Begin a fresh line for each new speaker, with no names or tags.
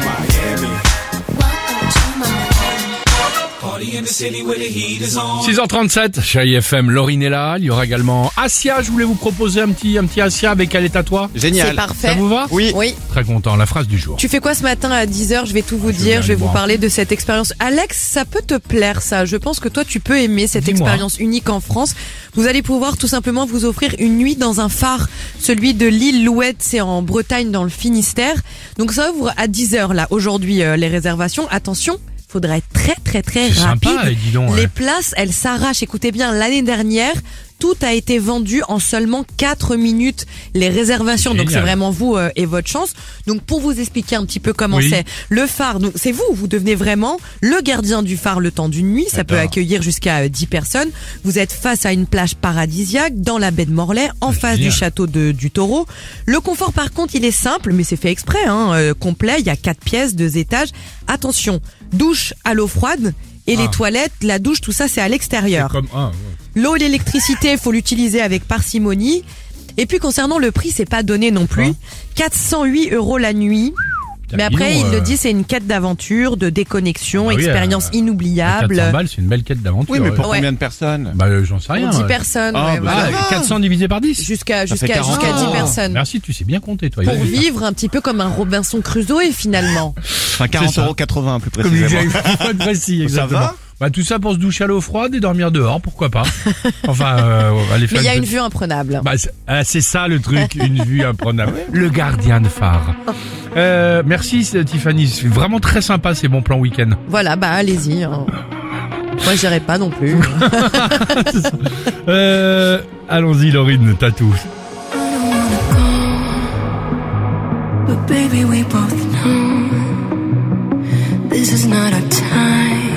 Miami.
6h37, chérie FM, Laurine est là. Il y aura également Asia. Je voulais vous proposer un petit, un petit Asia avec elle est à toi.
Génial.
C'est parfait.
Ça vous va
Oui.
Très content. La phrase du jour.
Tu fais quoi ce matin à 10h Je vais tout vous
je viens
dire, je vais
de
vous
voir.
parler de cette expérience. Alex, ça peut te plaire ça. Je pense que toi tu peux aimer cette
Dis-moi.
expérience unique en France. Vous allez pouvoir tout simplement vous offrir une nuit dans un phare, celui de l'île Louette, c'est en Bretagne dans le Finistère. Donc ça ouvre à 10h là aujourd'hui euh, les réservations. Attention, faudra être très très très
C'est
rapide.
sympa, eh, dis donc. hein.
Les
ouais.
places, elles s'arrachent. Écoutez bien, l'année dernière, tout a été vendu en seulement 4 minutes. Les réservations,
C'est
donc c'est
génial.
vraiment vous euh, et votre chance. Donc pour vous expliquer un petit peu comment
Oui.
c'est, le phare, donc c'est vous, vous devenez vraiment le gardien du phare le temps d'une nuit. Ça peut
D'accord.
accueillir jusqu'à euh, 10 personnes. Vous êtes face à une plage paradisiaque dans la baie de Morlaix, en
C'est
face
génial.
du château de, du Taureau. Le confort, par contre, il est simple, mais c'est fait exprès, hein, euh, complet. Il y a quatre pièces, deux étages. Attention, douche à l'eau froide et
Ah.
les toilettes, la douche, tout ça, c'est à
C'est
l'extérieur.
comme ah, ouais.
L'eau et l'électricité, faut l'utiliser avec parcimonie. Et puis concernant le prix, c'est pas donné non plus.
Ah.
408 euros la nuit.
Putain,
Mais après,
dis donc,
il
euh,
le dit, c'est une quête d'aventure, de déconnexion,
Bah oui,
expérience
euh, à
inoubliable.
400 balles, c'est une belle quête d'aventure.
Oui, mais pour
ouais.
Ouais.
combien de personnes
Bah, euh, j'en sais
Pour
bah, rien.
10
ouais.
personnes,
Ah,
ouais,
bah,
voilà.
Ah,
va.
400 divisé par 10
jusqu'à
Ça fait
jusqu'à
40.
jusqu'à 10
Ah.
personnes.
Merci, tu sais bien compter, toi.
Pour
Isabelle.
vivre un petit peu comme un Robinson Crusoe finalement.
Enfin, 40
ça.
euros 80 plus
Comme
précisément.
j'ai eu pas de précis, exactement.
va
bah, tout ça pour se doucher à l'eau froide et dormir dehors, pourquoi pas. Enfin, euh, aller
Mais
faire
il y a
petite-
une vue imprenable.
Bah, c'est ah, c'est ça le truc, une vue imprenable. Le gardien de phare. Euh, merci c'est- Tiffany, c'est vraiment très sympa ces bons plans week-end.
Voilà, bah allez-y. hein. Moi, j'irai pas non plus.
Euh, Allons-y Laurine, t'as tout.
But baby, we both know this is not our time.